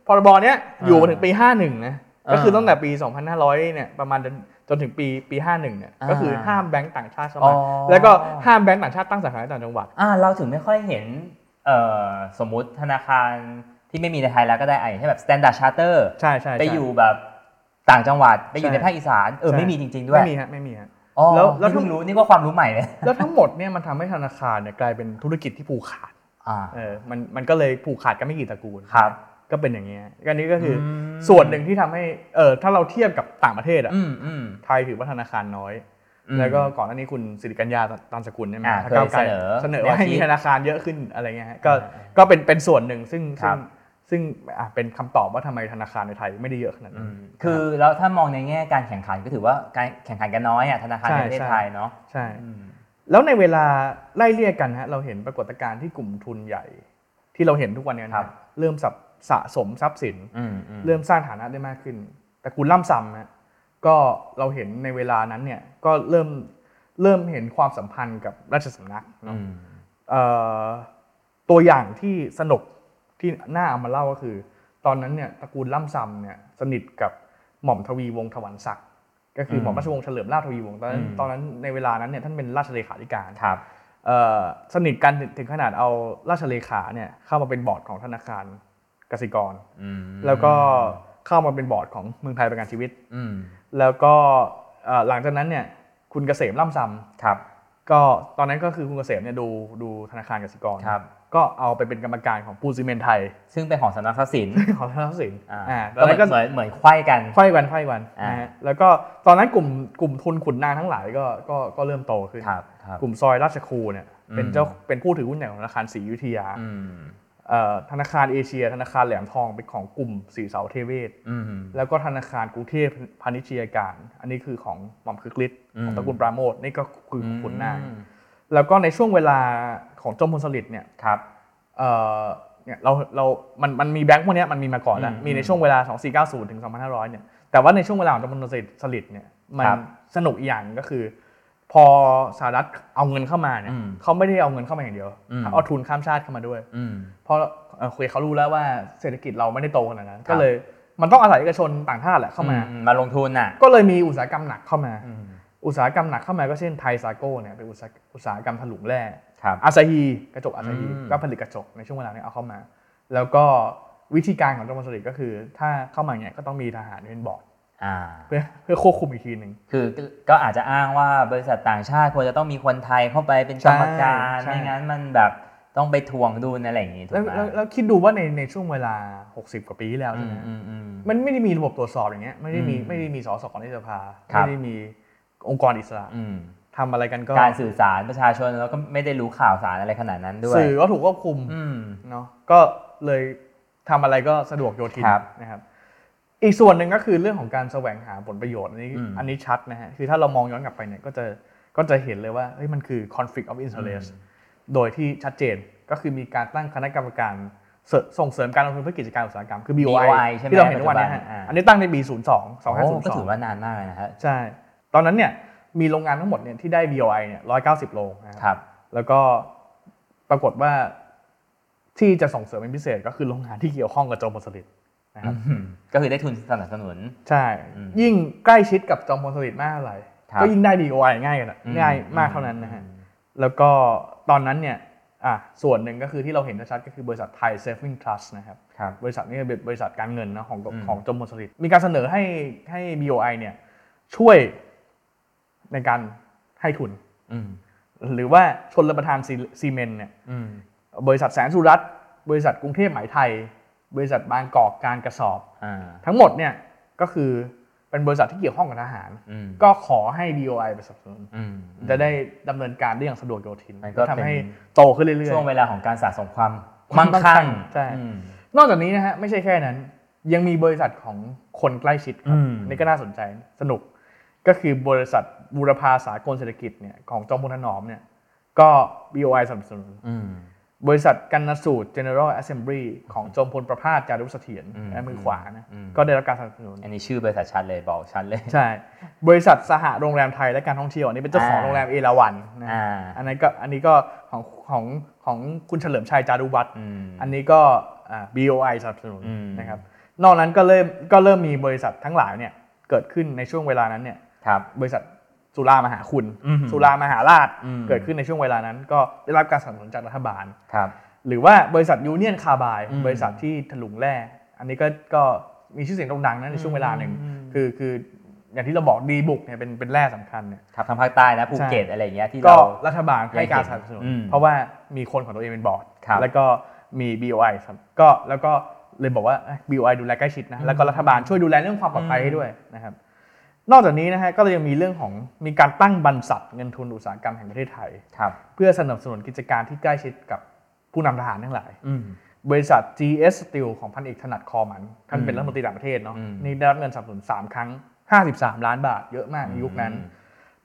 Speaker 2: พรบเนี้ยอยู่มาถึงปี 51 นะ ก็คือ
Speaker 3: เออ
Speaker 2: ตั้งแต่ปี 2500 เนี่ยประมาณจนจนถึงปีปี 51 เนี่ย
Speaker 3: อ่า
Speaker 2: ก็คือห้ามแบงก์ต่างชาติเข้า
Speaker 3: อ๋
Speaker 2: มา
Speaker 3: อ
Speaker 2: แล้วก็ห้ามแบงก์ต่างชาติตั้งสาขาในต่างจังหวัด
Speaker 3: อ่าเราถึงไม่ค่อยเห็นเอ่อสมมุติธนาคารที่ไม่มีในไทยแล้วก็ได้อ่ะอย่างเช่นแบบ Standard Charter
Speaker 2: ใช่ใช่ใช่
Speaker 3: ไปอยู่แบบต่างจังหวัดไปอยู่
Speaker 2: ใช่
Speaker 3: ในภาคอีสานเออ
Speaker 2: ใช่
Speaker 3: ไม่มีจริง ๆด้วย
Speaker 2: ไม่มีฮะไม่มีฮะ
Speaker 3: อ๋อ
Speaker 2: แล้วแล้
Speaker 3: แล้ว วเพิ่งรู้นี่ก็ความรู้ใหม่เลย
Speaker 2: แล้วทั้งหมดเนี่ยมันทำให้ธนาคารเนี่ยกลายเป็นธุรกิจที่ผูกขาด
Speaker 3: อ่า
Speaker 2: เออมันมันก็เลยผูกขาดกันไม่กี่ตระกูล
Speaker 3: ครับ
Speaker 2: ก็เป็นอย่างเงี้ยก็นี่ก็คืออ
Speaker 3: ม
Speaker 2: ส่วนหนึ่งที่ทำให้เออถ้าเราเทียบกับต่างประเทศอะ
Speaker 3: อืมอืม
Speaker 2: ไทยถือว่าธนาคารน้อย
Speaker 3: อืม
Speaker 2: แล้วก็ก่อนหน้านี้คุณสิริกัญญาตามสกุลใช่ไหม
Speaker 3: อ่า
Speaker 2: ทางก้าวไกล
Speaker 3: เคยเสนอ
Speaker 2: เสนอว่าให้
Speaker 3: แนวคิด
Speaker 2: มีธนาคารเยอะขึ้นอะไรเงี้ยฮะก็
Speaker 3: อ่า
Speaker 2: ก็เป็นเป็นส่วนหนึ่งซึ่ง
Speaker 3: ครั
Speaker 2: ซึ่ง
Speaker 3: บ
Speaker 2: ซึ่งอ่ะเป็นคำตอบว่าทำไมธนาคารในไทยไม่ได้เยอะขนาดนั้น
Speaker 3: คือแล้วถ้ามองในแง่การแข่งขันก็ถือว่าการแข่งขันกันน้อยอ่ะธนาคาร
Speaker 2: ใช่
Speaker 3: ในประเทศ
Speaker 2: ใช่
Speaker 3: ไทยเนาะ
Speaker 2: ใช่
Speaker 3: อืม
Speaker 2: แล้วในเวลาไล่เรียกกันฮะเราเห็นปรากฏการณ์ที่กลุ่มทุนใหญ่ ที่เราเห็นทุกวันเนี้ยนะเริ่มสับสะสมทรัพย์สิน
Speaker 3: อืมอืม
Speaker 2: เริ่มสร้างฐานะได้มากขึ้น แต่คุณล่ำซ้ำฮะก็เราเห็นในเวลานั้นเนี่ยก็เริ่มเริ่มเห็นความสัมพันธ์กับราชสำนักเนาะ
Speaker 3: อืม
Speaker 2: เอ่อตัวอย่างที่สนุกที่น่าเอามาเล่าก็คือ ตอนนั้นเนี่ยตระกูลล่ำซำเนี่ยสนิทกับหม่อมทวีวงศ์ถวันศักดิ์ก็คืออ
Speaker 3: ม
Speaker 2: หม่อมราชวงศ์เฉลิมราชทวีวงศ์ตอนนั้น
Speaker 3: อืม
Speaker 2: ตอนนั้นในเวลานั้นเนี่ยท่านเป็นราชเลขาธิการ
Speaker 3: ครับ
Speaker 2: เอ่อสนิทกันถึงถึงขนาดเอาราชเลขาเนี่ยเข้ามาเป็นบอร์ดของธนาคารกสิกร
Speaker 3: อืม
Speaker 2: แล้วก็เข้ามาเป็นบอร์ดของเมืองไทยประกันชีวิต
Speaker 3: อืม
Speaker 2: แล้วก็เอ่อหลังจากนั้นเนี่ยคุณเกษมล่ำซ
Speaker 3: ครับ
Speaker 2: ำก็ตอนนั้นก็คือคุณเกษมเนี่ยดูดูธนาคารกสิกร
Speaker 3: ครับ
Speaker 2: ก็เอาไปเป็นกรรมการของปูนซีเมนต์ไทย [LAUGHS]
Speaker 3: ซึ่งเป็นของสำนักทรัพย์สิน
Speaker 2: ของธนาคารสิน
Speaker 3: อ่า
Speaker 2: อ่าต
Speaker 3: ก็
Speaker 2: อน
Speaker 3: เห
Speaker 2: นั้
Speaker 3: มือน
Speaker 2: นก็
Speaker 3: เหมือนเหมือนไขว้กัน
Speaker 2: ค่อยวันค่อยวัน
Speaker 3: อ่าน
Speaker 2: ะฮะแล้วก็ตอนนั้นกลุ่มกลุ่มทุนขุนนางทั้งหลายก็ก็ก็เริ่มโตขึ้น
Speaker 3: ครับครับ
Speaker 2: กลุ่มซอยราชครูเนี่ยเป็นเจ้า
Speaker 3: อืม
Speaker 2: เป็นผู้ถือหุ้นใหญ่ของธนาคารศรีอยุธยา
Speaker 3: อืม
Speaker 2: เอ่อธนาคารเอเชีย ธนาคารแหลมทองเป็นของกลุ่มสีเสาเทเวศ
Speaker 3: อืม
Speaker 2: แล้วก็ธนาคารกรุงเทพพาณิชยการ อันนี้คือของหม่อมคึกฤทธิ์
Speaker 3: อืม
Speaker 2: ของตระกูลปราโมทนี่ก็คือของขุนนาง
Speaker 3: อืม
Speaker 2: แล้วก็ในช่วงเวลาของจอมพลสฤษดิ์เนี่ย
Speaker 3: ครับ
Speaker 2: เอ่อเนี่ยเราเรา มันมันมีแบงค์พวกเนี้ยมันมีมาก่อนแล้ว
Speaker 3: อืม
Speaker 2: มีในช่วงเวลา 2490 ถึง 2500 เนี่ย แต่ว่าในช่วงเวลาของจำนวนสลิดสลิดเนี่ย มัน
Speaker 3: ครับ
Speaker 2: สนุกอีกอย่างก็คือ พอสหรัฐเอาเงินเข้ามาเนี่ย
Speaker 3: อืม
Speaker 2: เขาไม่ได้เอาเงินเข้ามาอย่างเดียว
Speaker 3: อืม
Speaker 2: เขาเอาทุนข้ามชาติเข้ามาด้วย
Speaker 3: อืม
Speaker 2: เพราะเอ่อคุยเขารู้แล้วว่าเศรษฐกิจเราไม่ได้โตขนาดนั้น
Speaker 3: ครับ
Speaker 2: ก็เลยมันต้องอาศัยเอกชนต่างชาติแหละเข้ามา
Speaker 3: อืมาลงทุนน่ะ
Speaker 2: ก็เลยมีอุตสาหกรรมหนักเข้ามา
Speaker 3: อืม
Speaker 2: อุตสาหกรรมหนักเข้ามาก็เช่นไทยซาโก้เนี่ยเป็นอุตสาหอุตสาหกรรมถลุงแร่
Speaker 3: ครับ
Speaker 2: อาซาฮีกระจกอาซาฮี
Speaker 3: อืม
Speaker 2: ก็ผลิตกระจกในช่วงเวลานี้เอาเข้ามา แล้วก็วิธีการของจอมพลสฤษดิ์ก็คือ ถ้าเข้ามาเนี่ยก็ต้องมีทหารเป็นบอร์ด
Speaker 3: อ่า
Speaker 2: เพื่อเพื่อควบคุมอีกทีหนึ่ง
Speaker 3: คือก็ก็อาจจะอ้างว่าบริษัทต่างชาติควรจะต้องมีคนไทยเข้าไปเป็นกรรมการ
Speaker 2: ใช่ใช่
Speaker 3: ไม่งั้นมันแบบต้องไปทวงดุลอะไรอย่างงี้ถูก
Speaker 2: แล้ว
Speaker 3: ไหม
Speaker 2: แล้วแล้วคิดดูว่าในในช่วงเวลา 60 กว่าปีที่แล้ว
Speaker 3: อื
Speaker 2: ใช่ไห
Speaker 3: ม
Speaker 2: ม
Speaker 3: อืมอืม
Speaker 2: มันไม่ได้มีระบบตรวจสอบอย่างเงี้ยไม่ได้มี
Speaker 3: อืม
Speaker 2: ไม่ได้มีสสในสภา
Speaker 3: ครับ
Speaker 2: ไม่ได้มีองค์กรอิสระ
Speaker 3: อืม
Speaker 2: ทำอะไรกันก็
Speaker 3: การสื่อสารประชาชนแล้วก็ไม่ได้รู้ข่าวสารอะไรขนาดนั้นด้วย
Speaker 2: สื่อก็ถูกควบคุม
Speaker 3: อืม
Speaker 2: เนาะก็เลยทำอะไรก็สะดวกโยทิน
Speaker 3: ครับ
Speaker 2: นะครับอีกส่วนหนึ่งก็คือเรื่องของการแสวงหาผลประโยชน์อันนี้
Speaker 3: อืม
Speaker 2: อันนี้ชัดนะฮะคือถ้าเรามองย้อนกลับไปเนี่ยก็จะก็จะเห็นเลยว่าเฮ้ยมันคือ conflict of interest โดยที่ชัดเจนก็คือมีการตั้งคณะกรรมการเสริส่งเสริมการลงทุนเพื่อกิจการอุตสาหกรรมคือ BOI
Speaker 3: BOI ใช่ไหม
Speaker 2: ที่เราเห็นทุกวันเนี้
Speaker 3: ปัจจุบัน
Speaker 2: ฮะ
Speaker 3: อ่า
Speaker 2: อันนี้ตั้งในปี 02
Speaker 3: โอ้ก็ถือ
Speaker 2: 2502
Speaker 3: ว่านานมากเลยนะฮะ
Speaker 2: ใช่ตอนนั้นเนี่ยมีโรงงานทั้งหมดเนี่ยที่ได้ BOI เนี่ย190 โรงนะฮะ
Speaker 3: ครับ [LAUGHS]
Speaker 2: แล้วก็ปรากฏว่าที่จะส่งเสริมเป็นพิเศษก็คือโรงงานที่เกี่ยวข้องกับจอมพลสฤษดิ์นะครับ
Speaker 3: ก็คือได้ทุนสนับสนุน
Speaker 2: ใช่
Speaker 3: อืม
Speaker 2: ยิ่งใกล้ชิดกับจอมพลสฤษดิ์มากเท่าไหร่
Speaker 3: ครับ
Speaker 2: ก็ยิ่งได้ BOI ง่ายกันอะ
Speaker 3: อืม
Speaker 2: ง่ายมากเท่านั้นนะฮะแล้วก็ตอนนั้นเนี่ยอ่ะส่วนหนึ่งก็คือที่เราเห็นชัดๆก็คือบริษัทไทย Saving Trust นะครับ
Speaker 3: ครับ
Speaker 2: บริษัทนี้เป็นบริษัทการเงินนะของ
Speaker 3: อืม
Speaker 2: ของจอมพลสฤษดิ์มีการเสนอให้ให้ BOI เนี่ยช่วยในการให้ทุน
Speaker 3: อืม
Speaker 2: หรือว่าชนรประทานซีซีเมนต์เนี่ย
Speaker 3: อืม
Speaker 2: บริษัทแสนสุรัตน์บริษัทกรุงเทพหมายไทย บริษัทบางกอกการกระสอบ
Speaker 3: อ่า
Speaker 2: ทั้งหมดเนี่ยก็คือเป็นบริษัทที่เกี่ยวข้องกับทหาร
Speaker 3: อืม
Speaker 2: ก็ขอให้ DOI ไปสนับสนุน
Speaker 3: อืม
Speaker 2: จะได้ดำเนินการได้อย่างสะดวกโยทิน
Speaker 3: มันก็
Speaker 2: ทำให้
Speaker 3: เป็น
Speaker 2: โตขึ้นเรื่อย
Speaker 3: ช่วงเวลาของการสะสมความ
Speaker 2: ความ
Speaker 3: มั่ง
Speaker 2: มั่ง
Speaker 3: คั่ง
Speaker 2: คั่งใช่
Speaker 3: อืม
Speaker 2: ๆ นอกจากนี้นะฮะไม่ใช่แค่นั้น ยังมีบริษัทของคนใกล้ชิดครั
Speaker 3: อื
Speaker 2: บ
Speaker 3: ม
Speaker 2: นี่ก็น่าสนใจสนุกก็คือบริษัทบูรพาสากลเศรษฐกิจเนี่ยของจอมพลถนอมเนี่ยก็ BOI สนับสนุน
Speaker 3: อืม
Speaker 2: บริษัทกันนสูตร General Assembly ของจอมพลประพาสจารุเสถียร
Speaker 3: อืม
Speaker 2: และมือขวานะ
Speaker 3: อืม
Speaker 2: ก็ได้รับการสนับสนุน
Speaker 3: อันนี้ชื่อบริษัทชัดเลยบอกชัด
Speaker 2: [LAUGHS]
Speaker 3: เลย
Speaker 2: ใช่ บริษัทสหโรงแรมไทยและการท่องเที่ยวอันนี้เป็นเจ้าของ
Speaker 3: อ่า
Speaker 2: โรงแรมเอราวันนะ
Speaker 3: อ่า
Speaker 2: อันนั้นก็อันนี้ก็ของของของคุณเฉลิมชัยจารุวัฒน์
Speaker 3: อืม
Speaker 2: อันนี้ก็อ่า BOI สนับสนุน
Speaker 3: อืม
Speaker 2: นะครับนอกนั้นก็เริ่มก็เริ่มมีบริษัททั้งหลายเนี่ยเกิดขึ้นในช่วงเวลานั้นเนี่ย
Speaker 3: ครับ
Speaker 2: บริษัทสุรามหาคุณ
Speaker 3: อืม
Speaker 2: สุรามหาราช
Speaker 3: อืม
Speaker 2: เกิดขึ้นในช่วงเวลานั้น ก็ได้รับการสนับสนุนจากรัฐบาล
Speaker 3: ครับ
Speaker 2: หรือว่าบริษัทยูเนียนคาบาย
Speaker 3: อืม
Speaker 2: บริษัทที่ถลุงแร่อันนี้ก็ก็มีชื่อเสียงโด่งดังนะในช่วงเวลาหนึ่ง
Speaker 3: อืม
Speaker 2: คือคืออย่างที่เราบอกดีบุกเนี่ยเป็นเป็นแร่สำคัญเนี่ย
Speaker 3: ครับทางภาคใต้นะภูเก็ตอะไรอย่างเงี้ยที่
Speaker 2: ก็
Speaker 3: เรา
Speaker 2: รัฐบาลให้การสนับสนุน
Speaker 3: อืม
Speaker 2: เพราะว่ามีคนของตัวเองเป็นบอร์ด
Speaker 3: ครับ
Speaker 2: แล้วก็มี BOI ครับก็แล้วก็เลยบอกว่าเอ้ย BOI ดูแลใกล้ชิดนะแล้วก็รัฐบาลช่วยดูแลเรื่องความปลอดภัยให้ด้วยนะครับนอกจากนี้นะฮะก็เลยยังมีเรื่องของมีการตั้งบรรษัทเงินทุนอุตสาหกรรมแห่งประเทศไทย
Speaker 3: ครับ
Speaker 2: เพื่อสนับสนุนกิจการที่ใกล้ชิดกับผู้นำทหารทั้งหลาย
Speaker 3: อืม
Speaker 2: บริษัท GS Steel ของพันเอกถนัดคอหมัน ท่านเป็น
Speaker 3: อืม
Speaker 2: รัฐมนตรีต่างประเทศเนาะ
Speaker 3: อืม
Speaker 2: นี่ได้รับเงินสนับสนุน 3 ครั้ง 53 ล้านบาทเยอะมากในยุคนั้น
Speaker 3: อืม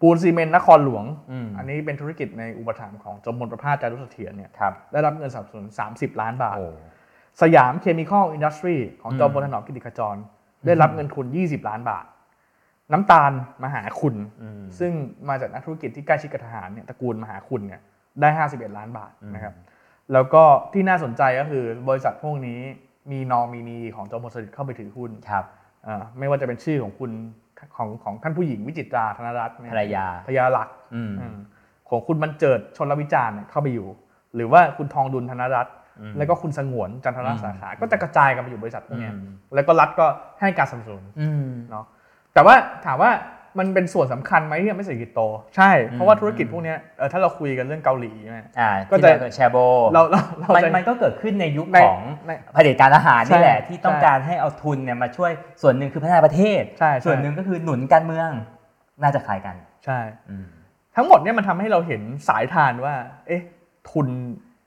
Speaker 2: ปูนซีเมนต์นครหลวง
Speaker 3: อืม
Speaker 2: อันนี้เป็นธุรกิจในอุปถัมภ์ของจอมพลประภาสจารุเสถียรเนี่ย
Speaker 3: ครับ
Speaker 2: ได้รับเงินสนับสนุน 30 ล้านบาท
Speaker 3: โอ้
Speaker 2: สยามเคมีคอลอินดัสทรีของจอมพลถนอมกิติขจร ได้รับเงินทุน 20 ล้านบาท น้ำตาลมหาคุณ
Speaker 3: อืม
Speaker 2: ซึ่งมาจากนักธุรกิจที่ใกล้ชิดกับทหารเนี่ยตระกูลมหาคุณเนี่ยได้ 51 ล้านบาทนะครับแล้วก็ที่น่าสนใจก็คือบริษัทพวกนี้มีนอมินีของจอมพลสฤษดิ์เข้าไปถือหุ้น
Speaker 3: ครับ
Speaker 2: เอ่อไม่ว่าจะเป็นชื่อของคุณของของท่านผู้หญิงวิจิตราธนรัตน์เนี่ย
Speaker 3: ภรรยา
Speaker 2: ภรรยาหลัก
Speaker 3: อืม
Speaker 2: อืมของคุณบรรเจิดชนลวิจารณ์เนี่ยเข้าไปอยู่ หรือว่าคุณทองดุลธนรัตน์
Speaker 3: อืม
Speaker 2: แล้วก็คุณสงวนจันทรสาขา ก็จะกระจายกันไปอยู่บริษัทพวกเนี้ย
Speaker 3: อืม
Speaker 2: แล้วก็รัฐก็ให้การสนับสนุน
Speaker 3: อืม
Speaker 2: เนาะแต่ว่าถามว่ามันเป็นส่วนสำคัญไหมที่ทำให้เศรษฐกิจโต ใช่ เพราะว่าธุรกิจพวกเนี้ยเออถ้าเราคุยกันเรื่องเกาหลีใช่ไหม
Speaker 3: อ่า
Speaker 2: ก็
Speaker 3: ก็
Speaker 2: จะ
Speaker 3: จะแชร์โบ
Speaker 2: เราเราเรา
Speaker 3: มัน
Speaker 2: จะ
Speaker 3: มันก็เกิดขึ้นในยุค
Speaker 2: ใน
Speaker 3: ของ
Speaker 2: ใน
Speaker 3: เผด็จการทหารนี่แหละ
Speaker 2: ใช่
Speaker 3: ที่ต้องการให้เอาทุนเนี่ยมาช่วยส่วนหนึ่งคือพัฒนาประเทศ
Speaker 2: ใช่ใช่
Speaker 3: ส่วนหนึ่งก็คือหนุนการเมือง น่าจะคล้ายกัน
Speaker 2: ใช่
Speaker 3: อืม
Speaker 2: ทั้งหมดเนี่ยมันทำให้เราเห็นสายทานว่า เอ๊ะ ทุน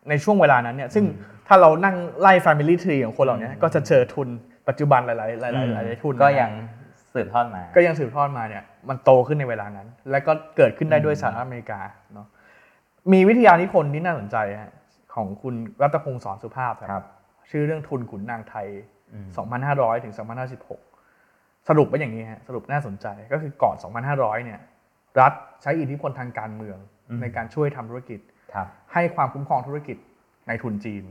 Speaker 2: ในช่วงเวลานั้นเนี่ย ซึ่งถ้าเรานั่งไล่ Family Tree ของคนเหล่าเนี้ยก็จะเจอทุนปัจจุบันหลายๆหลายๆหลายๆทุน
Speaker 3: ก็
Speaker 2: นะ
Speaker 3: ยังสืบทอดมา
Speaker 2: ก็ยังสืบทอดมาเนี่ยมันโตขึ้นในเวลานั้น และก็เกิดขึ้นได้ด้วยสหรัฐอเมริกาเนาะมีวิทยานิพนธ์ที่น่าสนใจฮะของคุณรัตพงศ์สอนสุภาพค
Speaker 3: ครั
Speaker 2: รับ บ ชื่อเรื่องทุนขุนนางไทย 2,500 ถึง 2,516 สรุปเป็นอย่างนี้ฮะสรุปน่าสนใจก็คือก่อน 2,500 เนี่ย รัฐใช้อิทธิพลทางการเมือง ในการช่วยทำธุรกิจ
Speaker 3: ครับ
Speaker 2: ให้ความคุ้มครองธุรกิจในทุนจีน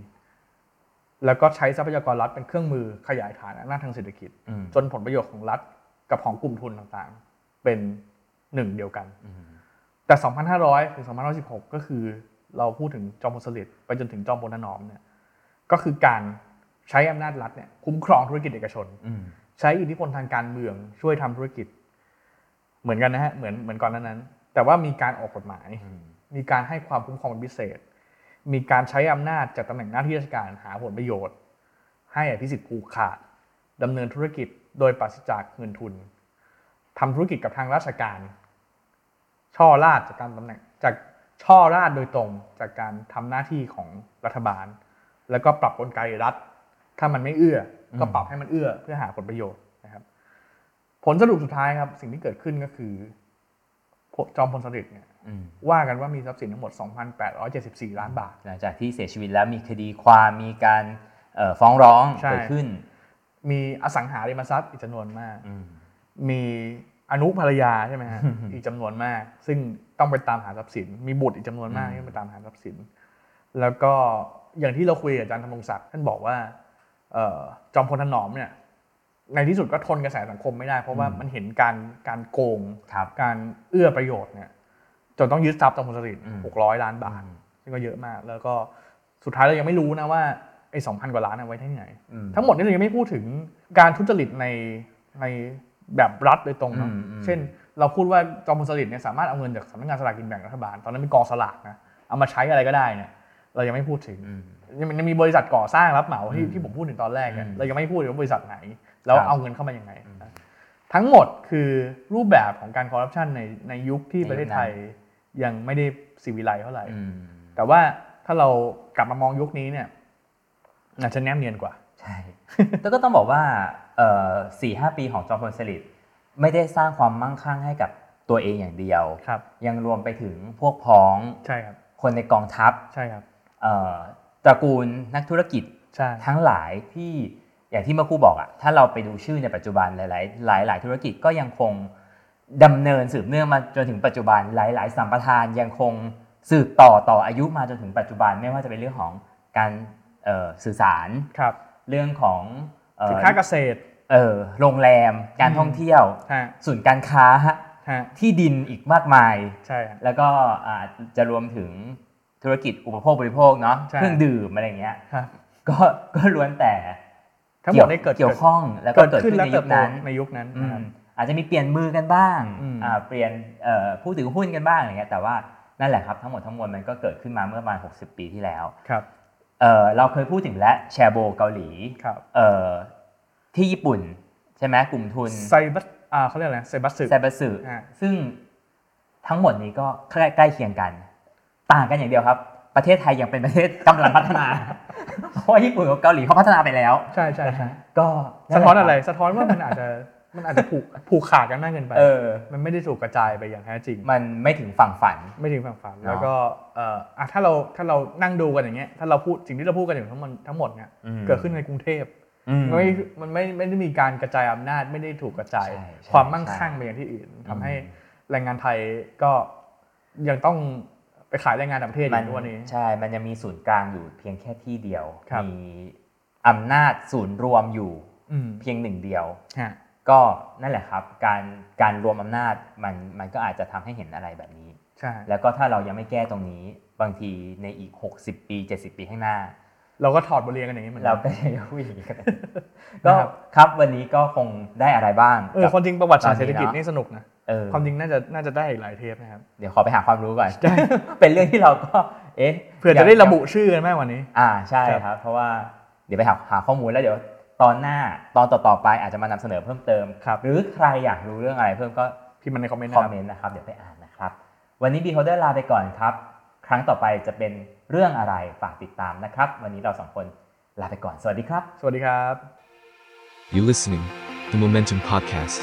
Speaker 2: แล้วก็ใช้ทรัพยากรรัฐเป็นเครื่องมือขยายฐานอำนาจทางเศรษฐกิจ
Speaker 3: อืม
Speaker 2: จนผลประโยชน์ของรัฐกับของกลุ่มทุนต่างๆ เป็นหนึ่งเดียวกัน แต่ 2,500 ถึง 2,516 ก็คือเราพูดถึงจอมพลสฤษดิ์ไปจนถึงจอมพลถนอมเนี่ยก็คือการใช้อำนาจรัฐเนี่ยคุ้มครองธุรกิจเอกชน
Speaker 3: อืม
Speaker 2: ใช้อิทธิพลทางการเมืองช่วยทำธุรกิจ เหมือนกันนะฮะเหมือนเหมือนก่อนหนานั้น แต่ว่ามีการออกกฎหมาย มีการให้ความคุ้มครองเป็นพิเศษ มีการใช้อำนาจจากตำแหน่งหน้าที่ราชการหาผลประโยชน์ ให้อภิสิทธิ์ผูกขาดดำเนินธุรกิจโดยปราศจากเงินทุนทำธุรกิจกับทางราชการ ช่อราชจากการตำแหน่งจากช่อราชโดยตรงจากการทำหน้าที่ของรัฐบาล แล้วก็ปรับกลไกรัฐ ถ้ามันไม่เอื้อ ก็ปรับให้มันเอื้อเพื่อหาผลประโยชน์นะครับ ผลสรุปสุดท้ายครับ สิ่งที่เกิดขึ้นก็คือพวกจอมพลสฤษดิ์เนี่ย
Speaker 3: อืม
Speaker 2: ว่ากันว่ามีทรัพย์สินทั้งหมด 2,874 ล้านบาท
Speaker 3: หลังจากที่เสียชีวิตแล้วมีคดีความมีการเอ่อฟ้องร้อง
Speaker 2: ใช่
Speaker 3: เกิดขึ้น
Speaker 2: มีอสังหาริมทรัพย์อีกจำนวนมาก
Speaker 3: อืม
Speaker 2: มีอนุภรรยาใช่ไหมฮะ อีกจำนวนมาก ซึ่งต้องไปตามหาทรัพย์สิน มีบุตรอีกจำนวนมากที่ต้องไปตามหาทรัพย์สิน แล้วก็อย่างที่เราคุยกับอาจารย์ธนงศักดิ์ท่านบอกว่าเอ่อจอมพลถนอมเนี่ยในที่สุดก็ทนกระแสสังคมไม่ได้ เพราะว่ามันเห็นการการโกง
Speaker 3: ครับ
Speaker 2: การเอื้อประโยชน์เนี่ยจนต้องยึดทรัพย์จอมพลสฤษดิ์
Speaker 3: อืม
Speaker 2: หกร้อยล้านบาท ซึ่งก็เยอะมาก แล้วก็สุดท้ายเรายังไม่รู้นะว่าไอ้สองพันกว่าล้านเอาไว้ที่ไหน
Speaker 3: อืม
Speaker 2: ทั้งหมดนี่เรายังไม่พูดถึงการทุจริตในในแบบรัฐโดยตรงเนาะ
Speaker 3: อืมอืม
Speaker 2: เช่น เราพูดว่าจอมพลสฤษดิ์เนี่ยสามารถเอาเงินจากสำนักงานสลากกินแบ่งรัฐบาล ตอนนั้นเป็นกองสลากนะ เอามาใช้อะไรก็ได้เนี่ย เรายังไม่พูดถึง
Speaker 3: อืม
Speaker 2: ยังยังมีบริษัทก่อสร้างรับเหมาที่
Speaker 3: อืม
Speaker 2: ที่ผมพูดถึงตอนแรกเนี่ย
Speaker 3: อืม
Speaker 2: เรายังไม่พูดเลยว่าบริษัทไหน แล้ว
Speaker 3: ครับ
Speaker 2: เอาเงินเข้ามายังไง ทั้งหมดคือรูปแบบของการคอร์รัปชันในในยุคที่ประเทศไทยยังไม่ได้สิวิไลซ์เท่าไหร่
Speaker 3: อืม
Speaker 2: แต่ว่าถ้าเรากลับมามองยุคนี้เนี่ยอาจจะแนมเนียนกว่า
Speaker 3: ใช่แต่ก็ต้องบอกว่าสี่ห้าปีของจอมพลสฤษดิ์ไม่ได้สร้างความมั่งคั่งให้กับตัวเองอย่างเดียว
Speaker 2: ครับ
Speaker 3: ยังรวมไปถึงพวกพ้อง
Speaker 2: ใช่ครับ
Speaker 3: คนในกองทัพ
Speaker 2: ใช่ครับ
Speaker 3: เอ่อตระกูลนักธุรกิจ
Speaker 2: ใช่
Speaker 3: ทั้งหลายที่อย่างที่เมื่อครู่บอกอะถ้าเราไปดูชื่อในปัจจุบันหลายๆหลายหลาย ๆ ธุรกิจก็ยังคงดำเนินสืบเนื่องมาจนถึงปัจจุบันหลาย ๆ สัมปทานยังคงสืบต่อต่ออายุมาจนถึงปัจจุบันไม่ว่าจะเป็นเรื่องของการเอ่อสื่อสาร
Speaker 2: ครับ
Speaker 3: เรื่องของเอ่อ
Speaker 2: สินค้าเกษตร
Speaker 3: เอ่อโรงแรม การ
Speaker 2: อืม
Speaker 3: ท่องเที่ยว
Speaker 2: ฮะ
Speaker 3: ศูนย์การค้า
Speaker 2: ฮะ
Speaker 3: ที่ดินอีกมากมาย
Speaker 2: ใช่ครับ
Speaker 3: แล้วก็อาจจะรวมถึงธุรกิจอุปโภคบริโภคเนาะ
Speaker 2: ใช่
Speaker 3: เครื่องดื่มอะไรอย่างเงี้ย
Speaker 2: ครับ
Speaker 3: ก็ [LAUGHS] ก็ล้วนแต่
Speaker 2: ทั้งหมดนี้เกิด
Speaker 3: เกี่ยวข้องแล้วก็
Speaker 2: เกิด
Speaker 3: เกิด
Speaker 2: ขึ้น
Speaker 3: ขึ้น
Speaker 2: และ
Speaker 3: ใน
Speaker 2: เติ
Speaker 3: ยุ
Speaker 2: บ
Speaker 3: ค
Speaker 2: โต
Speaker 3: นั้น
Speaker 2: ในยุคนั้น
Speaker 3: อื
Speaker 2: นะ
Speaker 3: ม
Speaker 2: ครับ
Speaker 3: อาจจะมีเปลี่ยนมือกันบ้าง
Speaker 2: อืม
Speaker 3: อ่าเปลี่ยนเอ่อผู้ถือหุ้นกันบ้างอะไรเงี้ยแต่ว่านั่นแหละครับทั้งหมดทั้งมวลมันก็เกิดขึ้นมาเมื่อประมาณ 60 ปีที่แล้ว
Speaker 2: ครับ
Speaker 3: เอ่อเราเคยพูดถึงและแชร์โบเกาหลี
Speaker 2: ครับ
Speaker 3: เอ่อที่ญี่ปุ่น ใช่ไหมกลุ่มทุน
Speaker 2: ไซบัสอ่าเขาเรียกอะไรไซบัสสึ
Speaker 3: ไซบัสึ
Speaker 2: ฮะ
Speaker 3: ซึ่งทั้งหมดนี้ก็ใกล้ใกล้เคียงกัน ต่างกันอย่างเดียวครับ ประเทศไทยยังเป็นประเทศกำลังพัฒนา [LAUGHS] เพราะว่าญี่ปุ่นกับเกาหลีเขาพัฒนาไปแล้ว
Speaker 2: ใช่ใช่ใช่
Speaker 3: ก็
Speaker 2: สะท้อนอะไร สะท้อนว่ามันอาจจะมันอาจจะผูกผูกขาดกันมากเกินไป
Speaker 3: เออ
Speaker 2: มันไม่ได้ถูกกระจายไปอย่างแท้จริง
Speaker 3: มันไม่ถึงฝั่งฝัน
Speaker 2: ไม่ถึงฝั่งฝัน
Speaker 3: เนอะ
Speaker 2: แล้วก็เอ่ออ่ะถ้าเราถ้าเรานั่งดูกันอย่างเงี้ยถ้าเราพูดสิ่งที่เราพูดกันอยู่ทั้งหมดทั้งหมดเนี่ยเกิดขึ้นในกรุงเทพมันไม่มันไม่ไม่ได้มีการกระจายอำนาจไม่ได้ถูกกระจาย
Speaker 3: ใช่ใช่
Speaker 2: ความมั่ง
Speaker 3: ใช่
Speaker 2: คั่งไปอย่างที่อื่นทำให้แรงงานไทยก็ยังต้องไปขายแรงงานต่างประเทศอ
Speaker 3: มั
Speaker 2: ยู่ทุกวันนี้
Speaker 3: ใช่ มันยังมีศูนย์กลางอยู่เพียงแค่ที่เดียว
Speaker 2: ครับ
Speaker 3: มีอำนาจศูนย์รวมอยู่
Speaker 2: อืม
Speaker 3: เพียงหนึ่งเดียว
Speaker 2: ฮะ
Speaker 3: ก็นั่นแหละครับ การการรวมอำนาจมันมันก็อาจจะทำให้เห็นอะไรแบบนี้
Speaker 2: ใช่
Speaker 3: แล้วก็ถ้าเรายังไม่แก้ตรงนี้ บางทีในอีก 60 ปี 70 ปีข้างหน้า
Speaker 2: เราก็ถอดบทเรียนกันอย่างนี้เหมือน
Speaker 3: เรา
Speaker 2: กัน
Speaker 3: ก็จะยังผู้หญิงกัน
Speaker 2: นะ
Speaker 3: ก็
Speaker 2: ครับ
Speaker 3: ครับวันนี้ก็คงได้อะไรบ้าง
Speaker 2: เออ
Speaker 3: กับ
Speaker 2: ความจริงประวัติศาสตร์
Speaker 3: ตอ
Speaker 2: เศร
Speaker 3: น
Speaker 2: ษฐ
Speaker 3: นี้เนอะ
Speaker 2: กิจนี่สนุกนะ
Speaker 3: เออ
Speaker 2: ความจริงน่าจะน่าจะได้อีกหลายเทปนะครับ
Speaker 3: เดี๋ยวขอไปหาความรู้ก่อน [LAUGHS] เป็นเรื่องที่เราก็เอ๊ะ
Speaker 2: เผื่อจะได้ระบุ
Speaker 3: ยัง
Speaker 2: ชื่อกันมากกว่านี้
Speaker 3: อ่าใช่
Speaker 2: ครับ
Speaker 3: ครับ เพราะว่าเดี๋ยวไปหาหาข้อมูลแล้วเดี๋ยวตอนหน้าตอนต่อๆไปอาจจะมานำเสนอเพิ่มเติม
Speaker 2: ครับ
Speaker 3: หรือใครอยากรู้เรื่องอะไรเพิ่มก็
Speaker 2: พิมพ์มาในคอมเมนต์
Speaker 3: คอ
Speaker 2: นะครับ
Speaker 3: มเมนต์นะครับ เดี๋ยวไปอ่านนะครับ วันนี้บีโฮเดอร์ลาไปก่อนครับ ครั้งต่อไปจะเป็นเรื่องอะไรฝากติดตามนะครับ วันนี้เราสองคนลาไปก่อนสวัสดีครับ
Speaker 2: สวัสดีครับ
Speaker 1: You listening, the Momentum Podcast.